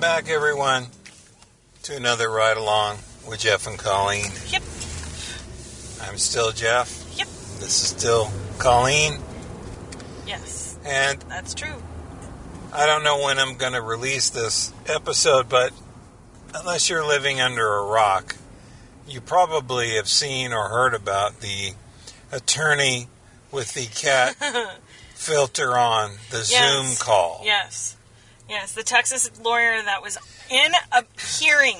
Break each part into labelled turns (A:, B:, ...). A: back, everyone, to another ride along with Jeff and Colleen.
B: Yep.
A: I'm still Jeff.
B: Yep.
A: This is still Colleen,
B: Yes,
A: and
B: that's true.
A: I don't know when I'm going to release this episode, but unless you're living under a rock, you probably have seen or heard about the attorney with the cat filter on the
B: Yes.
A: Zoom call.
B: Yes. Yes, the Texas lawyer that was in a hearing,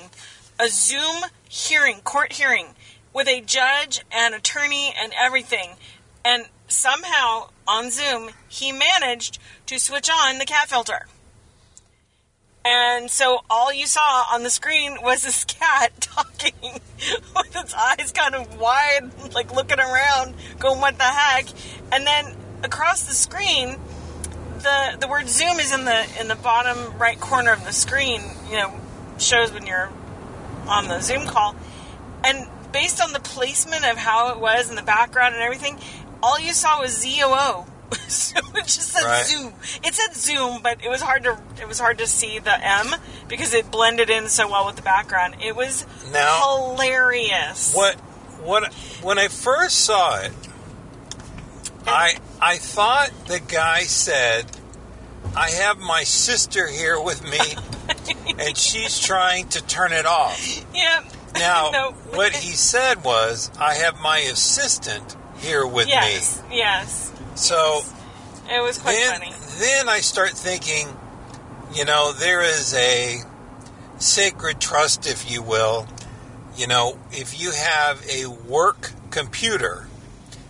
B: a Zoom hearing, court hearing, with a judge and attorney and everything. And somehow on Zoom, he managed to switch on the cat filter. And so all you saw on the screen was this cat talking with its eyes kind of wide, like looking around, going, what the heck? And then across the screen, the the word zoom is in the in the bottom right corner of the screen you know shows when you're on the zoom call and based on the placement of how it was in the background and everything all you saw was zoo so it just said
A: Right.
B: zoom it said zoom but it was hard to it was hard to see the m because it blended in so well with the background it was
A: Now-
B: hilarious
A: What what when I first saw it, I I thought the guy said, "I have my sister here with me, and she's trying to turn it off."
B: yeah
A: Now,
B: No.
A: what he said was, "I have my assistant here with
B: yes yes
A: me." So
B: it was quite
A: then
B: funny
A: then I start thinking, you know, there is a sacred trust, if you will. You know, if you have a work computer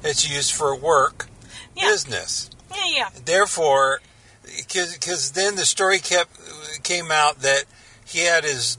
A: that's used for work
B: Yeah.
A: business,
B: yeah yeah
A: therefore, because then the story kept came out that he had his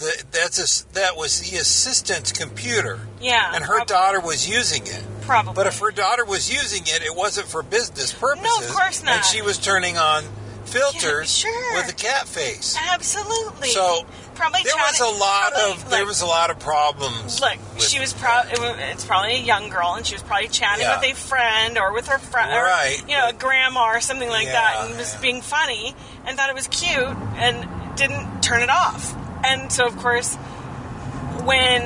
A: the, that's his, that was the assistant's computer,
B: yeah
A: and her
B: prob-
A: daughter was using it.
B: probably
A: But if her daughter was using it, it wasn't for business purposes.
B: course not.
A: And she was turning on filters
B: Yeah, sure.
A: with a cat face.
B: Absolutely.
A: So,
B: probably
A: There was
B: chatted-
A: a lot
B: probably,
A: of there
B: like-
A: was a lot of problems.
B: Look,
A: with-
B: she was probably it's probably a young girl, and she was probably chatting
A: Yeah.
B: with a friend or with her friend, or,
A: Right.
B: You know, a grandma or something like
A: Yeah.
B: that, and was being funny and thought it was cute and didn't turn it off. And so, of course, when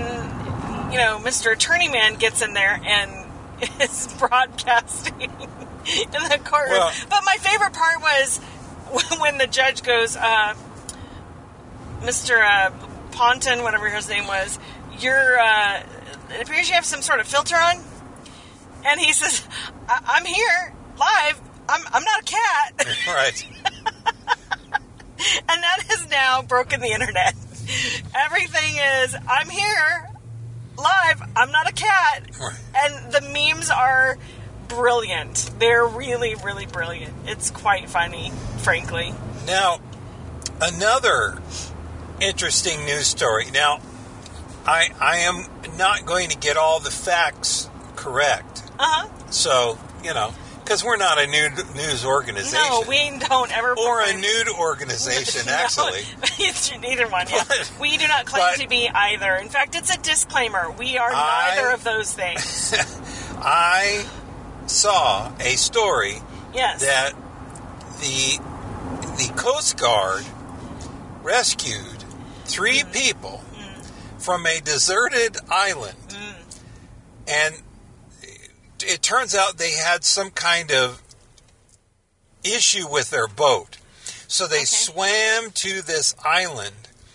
B: you know Mr. Attorney Man gets in there and is broadcasting in the courtroom.
A: Well-
B: but my favorite part was when the judge goes. Uh, Mr. Uh, Ponton, whatever his name was, you're, uh, it appears you have some sort of filter on. And he says, I- I'm here, live. I'm, I'm not a cat.
A: right.
B: and that has now broken the internet. Everything is, I'm here, live. I'm not a cat.
A: Right.
B: And the memes are brilliant. They're really, really brilliant. It's quite funny, frankly.
A: Now, another interesting news story. Now, I I am not going to get all the facts correct.
B: Uh huh.
A: So you know, because we're not a new news organization
B: No, we don't ever.
A: or a
B: proclaim-
A: nude organization, actually.
B: it's neither one. Yeah.
A: But-
B: we do not claim
A: but-
B: to be either. In fact, it's a disclaimer. We are
A: I-
B: neither of those things.
A: I saw a story
B: Yes.
A: that the the Coast Guard rescued three
B: Mm.
A: people from a deserted island,
B: Mm.
A: and it turns out they had some kind of issue with their boat, so they swam to this island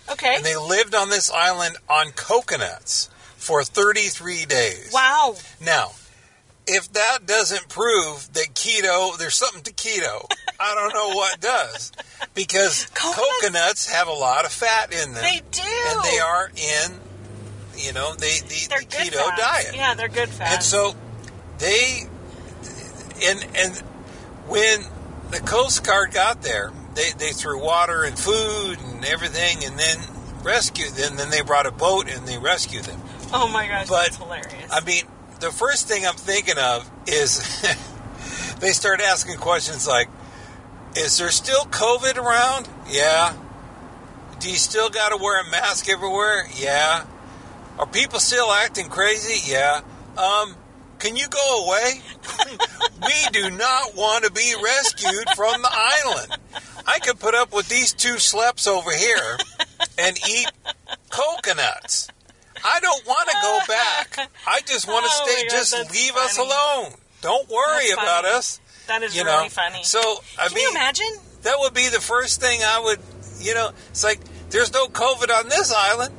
B: okay.
A: and they lived on this island on coconuts for 33 days.
B: wow.
A: Now, if that doesn't prove that keto, there's something to keto, I don't know what does. Because coconuts,
B: Coconuts-
A: have a lot of fat in them.
B: They do.
A: And they are in, you know, they, the,
B: They're
A: the
B: good
A: keto
B: fats.
A: diet.
B: Yeah, they're good fats.
A: And so they, and, and when the Coast Guard got there, they, they threw water and food and everything and then rescued them. Then they brought a boat and they rescued them.
B: oh my gosh,
A: but-
B: that's hilarious.
A: I mean, the first thing I'm thinking of is they start asking questions like, "Is there still COVID around?" Yeah. Do you still got to wear a mask everywhere? Yeah. Are people still acting crazy? Yeah. Um, can you go away? we do not want to be rescued from the island. I could put up with these two schleps over here and eat coconuts. I don't want to go back. I just want to
B: Oh my
A: stay.
B: God,
A: just
B: that's
A: leave us
B: funny.
A: alone. Don't worry
B: That's
A: about
B: funny.
A: us.
B: That is
A: you
B: really
A: know.
B: funny.
A: So I
B: Can
A: mean,
B: you imagine?
A: that would be the first thing I would. You know, it's like there's no COVID on this island.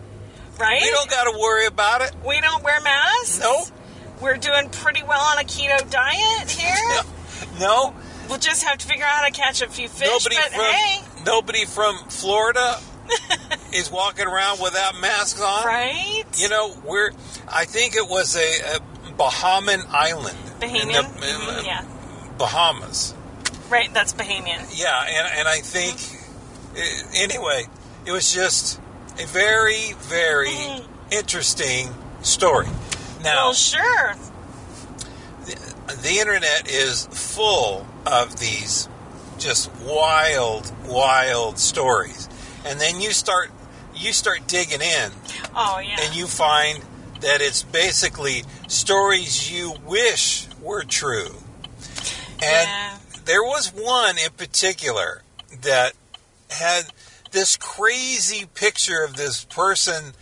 B: Right?
A: We don't got to worry about it.
B: We don't wear masks.
A: Nope.
B: We're doing pretty well on a keto diet here.
A: No, no
B: We'll just have to figure out how to catch a few fish.
A: nobody
B: but
A: from
B: hey,
A: nobody from Florida is walking around without masks on.
B: right?
A: You know, we're. I think it was a, a Bahamian island. in the-
B: Bahamian.
A: in the
B: Mhm, yeah.
A: Bahamas.
B: Right. That's Bahamian.
A: Yeah, and and I think
B: Mm-hmm.
A: eh, anyway, it was just a very very
B: Mhm.
A: interesting story. Now,
B: Well, sure.
A: the internet is full of these just wild wild stories. And then you start you start digging in
B: Oh yeah.
A: and you find that it's basically stories you wish were true. And
B: Yeah.
A: there was one in particular that had this crazy picture of this person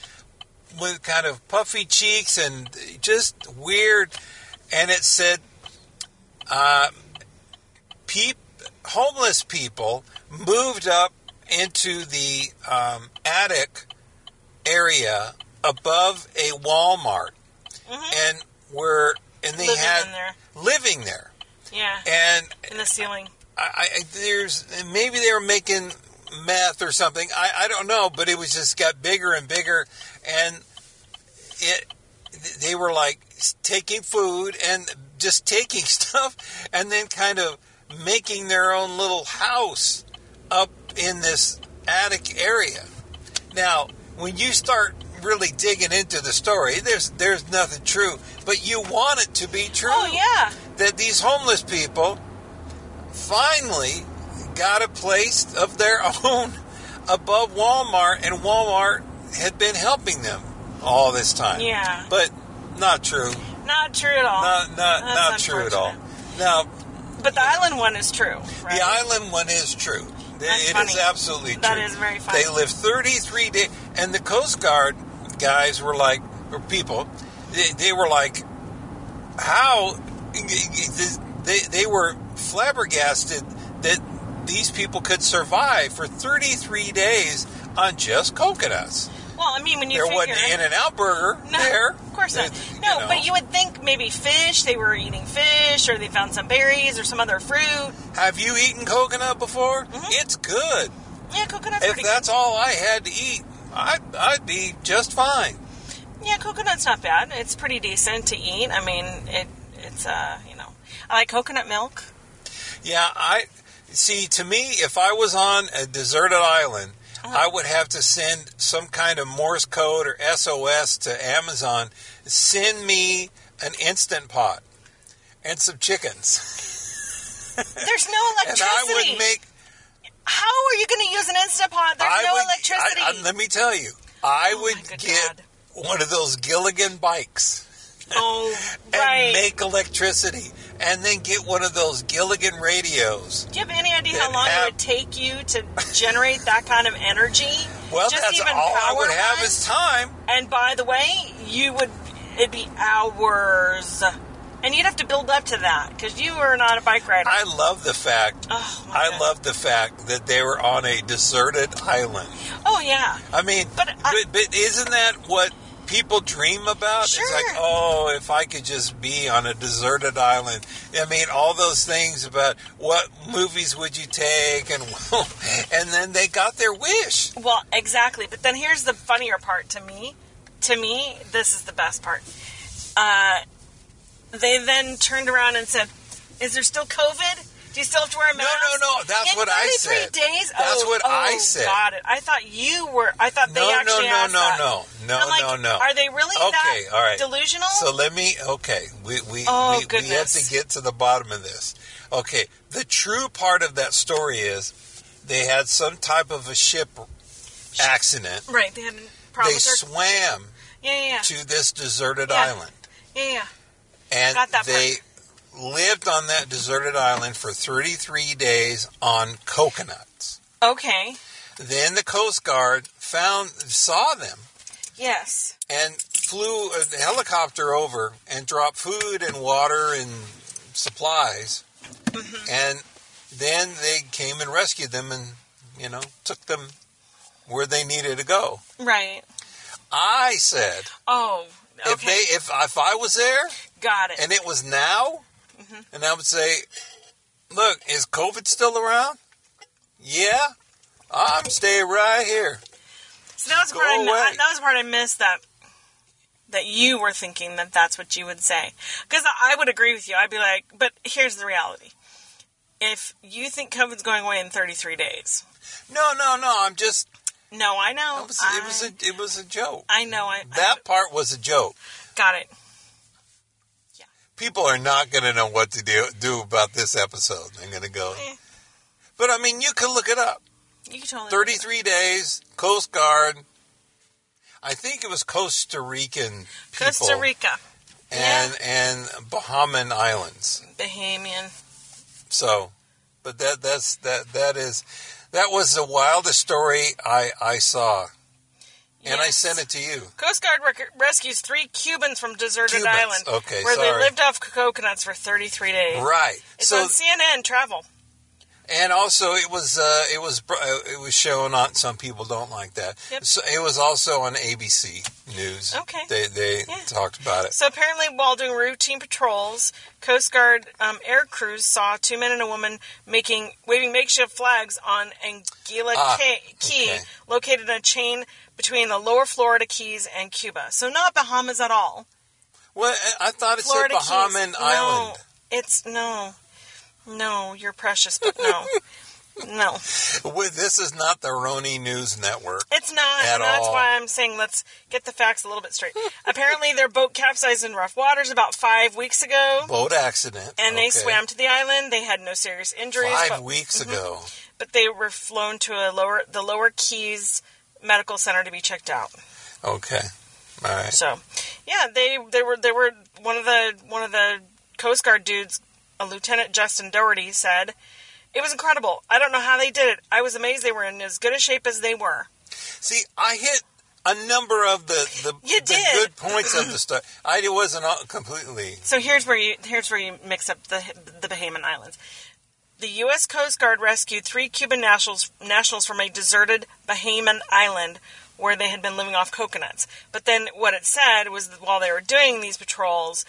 A: with kind of puffy cheeks and just weird, and it said, uh, peop- homeless people moved up into the um, attic area above a Walmart
B: Mhm.
A: and were and they
B: Living
A: had
B: in there.
A: living there
B: Yeah.
A: and
B: In the ceiling.
A: I, I I- there's maybe they were making meth or something I, I don't know but it was just got bigger and bigger and it they were like taking food and just taking stuff and then kind of making their own little house up in this attic area now, when you start really digging into the story, there's there's nothing true, but you want it to be true.
B: Oh yeah.
A: That these homeless people finally got a place of their own above Walmart, and Walmart had been helping them all this time.
B: Yeah.
A: But not true.
B: Not true at all.
A: Not not
B: That's
A: not true at all. Now
B: But the island one is true, right?
A: the island one is true. It
B: That's
A: is
B: funny.
A: absolutely true.
B: That is very funny.
A: They lived 33 days, and the Coast Guard guys were like, or people, they, they were like, how? They, they were flabbergasted that these people could survive for 33 days on just coconuts.
B: Well, I mean, when you
A: there
B: figure
A: wasn't In and Out Burger
B: no,
A: there.
B: of course not.
A: It-
B: No,
A: know.
B: but you would think maybe fish. They were eating fish, or they found some berries, or some other fruit.
A: Have you eaten coconut before?
B: Mm-hmm.
A: It's good.
B: Yeah, coconut's
A: If
B: pretty
A: that's all I had to eat, I'd, I'd be just fine.
B: good. Yeah, coconut's not bad. It's pretty decent to eat. I mean, it it's uh, you know, I like coconut milk.
A: Yeah, I see. To me, if I was on a deserted island,
B: Uh-huh.
A: I would have to send some kind of Morse code or SOS to Amazon. Send me an instant pot and some chickens,
B: There's no
A: and
B: electricity.
A: I would make.
B: How are you going to use an instant pot? There's
A: I
B: no
A: would,
B: electricity.
A: I, I, let me tell you, I
B: Oh, my
A: would
B: good
A: get
B: God.
A: one of those Gilligan bikes.
B: oh,
A: And
B: right.
A: make electricity, and then get one of those Gilligan radios.
B: Do you have any idea
A: that
B: how long
A: have-
B: it would take you to generate that kind of energy?
A: Well,
B: Just
A: that's
B: even
A: all I would have
B: power-wise?
A: is time.
B: And by the way, you would it'd be hours, and you'd have to build up to that because you are not a bike rider.
A: I love the fact.
B: Oh, my
A: I
B: God.
A: love the fact that they were on a deserted island.
B: oh yeah,
A: I mean, but
B: But I-
A: but, isn't that what people dream about? It's
B: Sure.
A: like, oh, if I could just be on a deserted island. I mean, all those things about what movies would you take, and and then they got their wish.
B: well exactly. But then here's the funnier part to me. To me, this is the best part. Uh, they then turned around and said, "Is there still COVID?" Do you still have to wear a mask?
A: no, no, that's
B: In
A: what I
B: 33
A: said.
B: days?
A: That's
B: Oh,
A: what
B: oh,
A: I said.
B: Got it. I thought you were. I thought
A: No,
B: they
A: no,
B: actually
A: no,
B: asked
A: no,
B: that.
A: no. No,
B: I'm like,
A: no, no.
B: Are they really that
A: Okay, all right.
B: delusional?
A: So let me. Okay, we we
B: Oh,
A: we, we have
B: goodness.
A: to get to the bottom of this. Okay, the true part of that story is they had some type of a ship accident.
B: Right, they had a problem
A: They
B: with their...
A: swam
B: yeah, yeah, yeah.
A: to this deserted
B: Yeah.
A: island,
B: yeah, yeah.
A: and
B: Got that
A: they lived on that deserted island for 33 days on coconuts.
B: Okay.
A: Then the Coast Guard found saw them
B: Yes.
A: and flew a helicopter over and dropped food and water and supplies.
B: Mm-hmm.
A: And then they came and rescued them and, you know, took them where they needed to go.
B: Right.
A: I said,
B: Oh. Okay.
A: if they if if I was there
B: Got it.
A: and it was now,
B: Mm-hmm.
A: and I would say, look, is COVID still around? Yeah, I'm staying right here.
B: so that was
A: go
B: part. I,
A: away.
B: that was part I missed. That that you were thinking that that's what you would say because I would agree with you. I'd be like, but here's the reality. If you think COVID's going away in 33 days,
A: No, no, no. I'm just.
B: no, I know.
A: It was,
B: I,
A: it was a it was a joke.
B: I know. I, I-
A: That part was a joke.
B: got it.
A: People are not going to know what to do, do about this episode. They're going to go.
B: Eh.
A: But I mean, you can look it up.
B: You can totally.
A: 33 days, Coast Guard. I think it was Costa Rican people
B: Costa Rica,
A: and and Bahamian islands.
B: Bahamian.
A: So, but that that's that that is that was the wildest story I I saw, and I
B: Yes.
A: sent it to you.
B: Coast Guard rec- rescues three Cubans from deserted
A: Cubans.
B: island,
A: Okay,
B: where
A: sorry.
B: they lived off coconuts for 33 days.
A: Right.
B: It's
A: so
B: on CNN Travel.
A: and also it was uh it was br- uh, it was shown on some people don't like that.
B: Yep.
A: So it was also on ABC News.
B: Okay.
A: They they
B: Yeah.
A: talked about it.
B: So apparently, while doing routine patrols, Coast Guard um, air crews saw two men and a woman making waving makeshift flags on Anguilla
A: Ah,
B: Cay- Key,
A: okay.
B: located in a chain between the Lower Florida Keys and Cuba. So not Bahamas at all.
A: Well, I thought it
B: Florida
A: said Bahamian
B: Keys. Oh.
A: Island.
B: No, it's no, no. You're precious, but no, no.
A: Well, This is not the Roni News Network.
B: It's not.
A: At
B: and that's
A: all.
B: why I'm saying let's get the facts a little bit straight. Apparently, their boat capsized in rough waters about five weeks ago,
A: Boat accident.
B: and they
A: Okay.
B: swam Mm-hmm. to the island. They had no serious injuries,
A: five
B: but,
A: weeks ago.
B: but they were flown to a lower the Lower Keys Medical Center to be checked out.
A: Okay. All right.
B: So, yeah, they they were they were one of the one of the Coast Guard dudes, a Lieutenant Justin Doherty said. It was incredible. I don't know how they did it. I was amazed they were in as good a shape as they were.
A: See, I hit a number of the the,
B: You
A: the
B: did.
A: good points of the story. I it wasn't all, completely.
B: So here's where you here's where you mix up the the Bahamian Islands. The U.S. Coast Guard rescued three Cuban nationals nationals from a deserted Bahamian island where they had been living off coconuts. But then what it said was that while they were doing these patrols,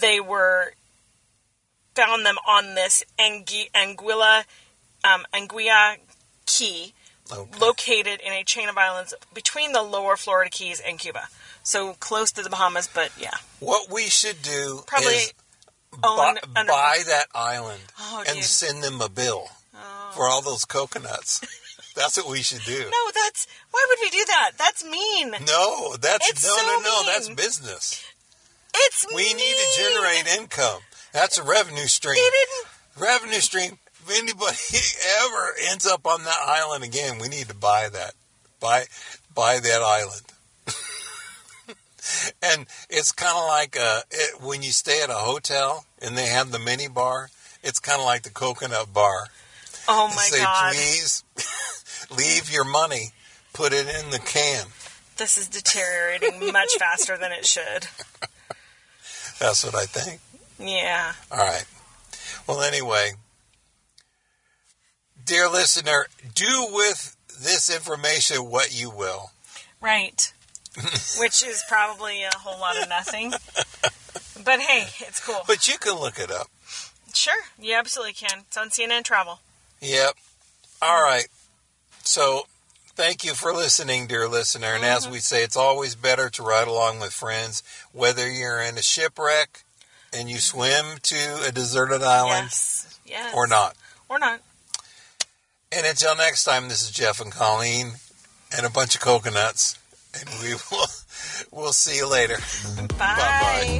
B: they were found them on this Angu- Anguilla um, Anguilla Key,
A: Okay.
B: located in a chain of islands between the Lower Florida Keys and Cuba. So close to the Bahamas, but yeah,
A: What we should do
B: probably.
A: is
B: own
A: bu-
B: an-
A: buy that island
B: Oh,
A: and
B: dude.
A: send them a bill for all those coconuts. That's what we should do.
B: No, that's why would we do that? That's mean.
A: No, that's
B: It's
A: no,
B: so
A: no, no. That's
B: mean.
A: business.
B: It's
A: We
B: mean.
A: need to generate income. That's a revenue stream.
B: They didn't.
A: Revenue stream. If anybody ever ends up on that island again, we need to buy that. Buy buy that island. and it's kind of like uh, it, when you stay at a hotel and they have the mini bar. It's kind of like the coconut bar.
B: Oh
A: They
B: my
A: say,
B: god,
A: please leave your money, put it in the can.
B: this is deteriorating much faster than it should.
A: That's what I think.
B: Yeah.
A: All right. Well, anyway, dear listener, do with this information what you will.
B: Right. Which is probably a whole lot of nothing. But hey, it's cool.
A: But you can look it up.
B: Sure, you absolutely can. It's on CNN Travel.
A: Yep. All right. So, thank you for listening, dear listener. And as we say, it's always better to ride along with friends, whether you're in a shipwreck and you swim to a deserted island
B: Yes. Yes.
A: or not.
B: Or not.
A: And until next time, this is Jeff and Colleen and a bunch of coconuts. And we will we'll see you later.
B: Bye.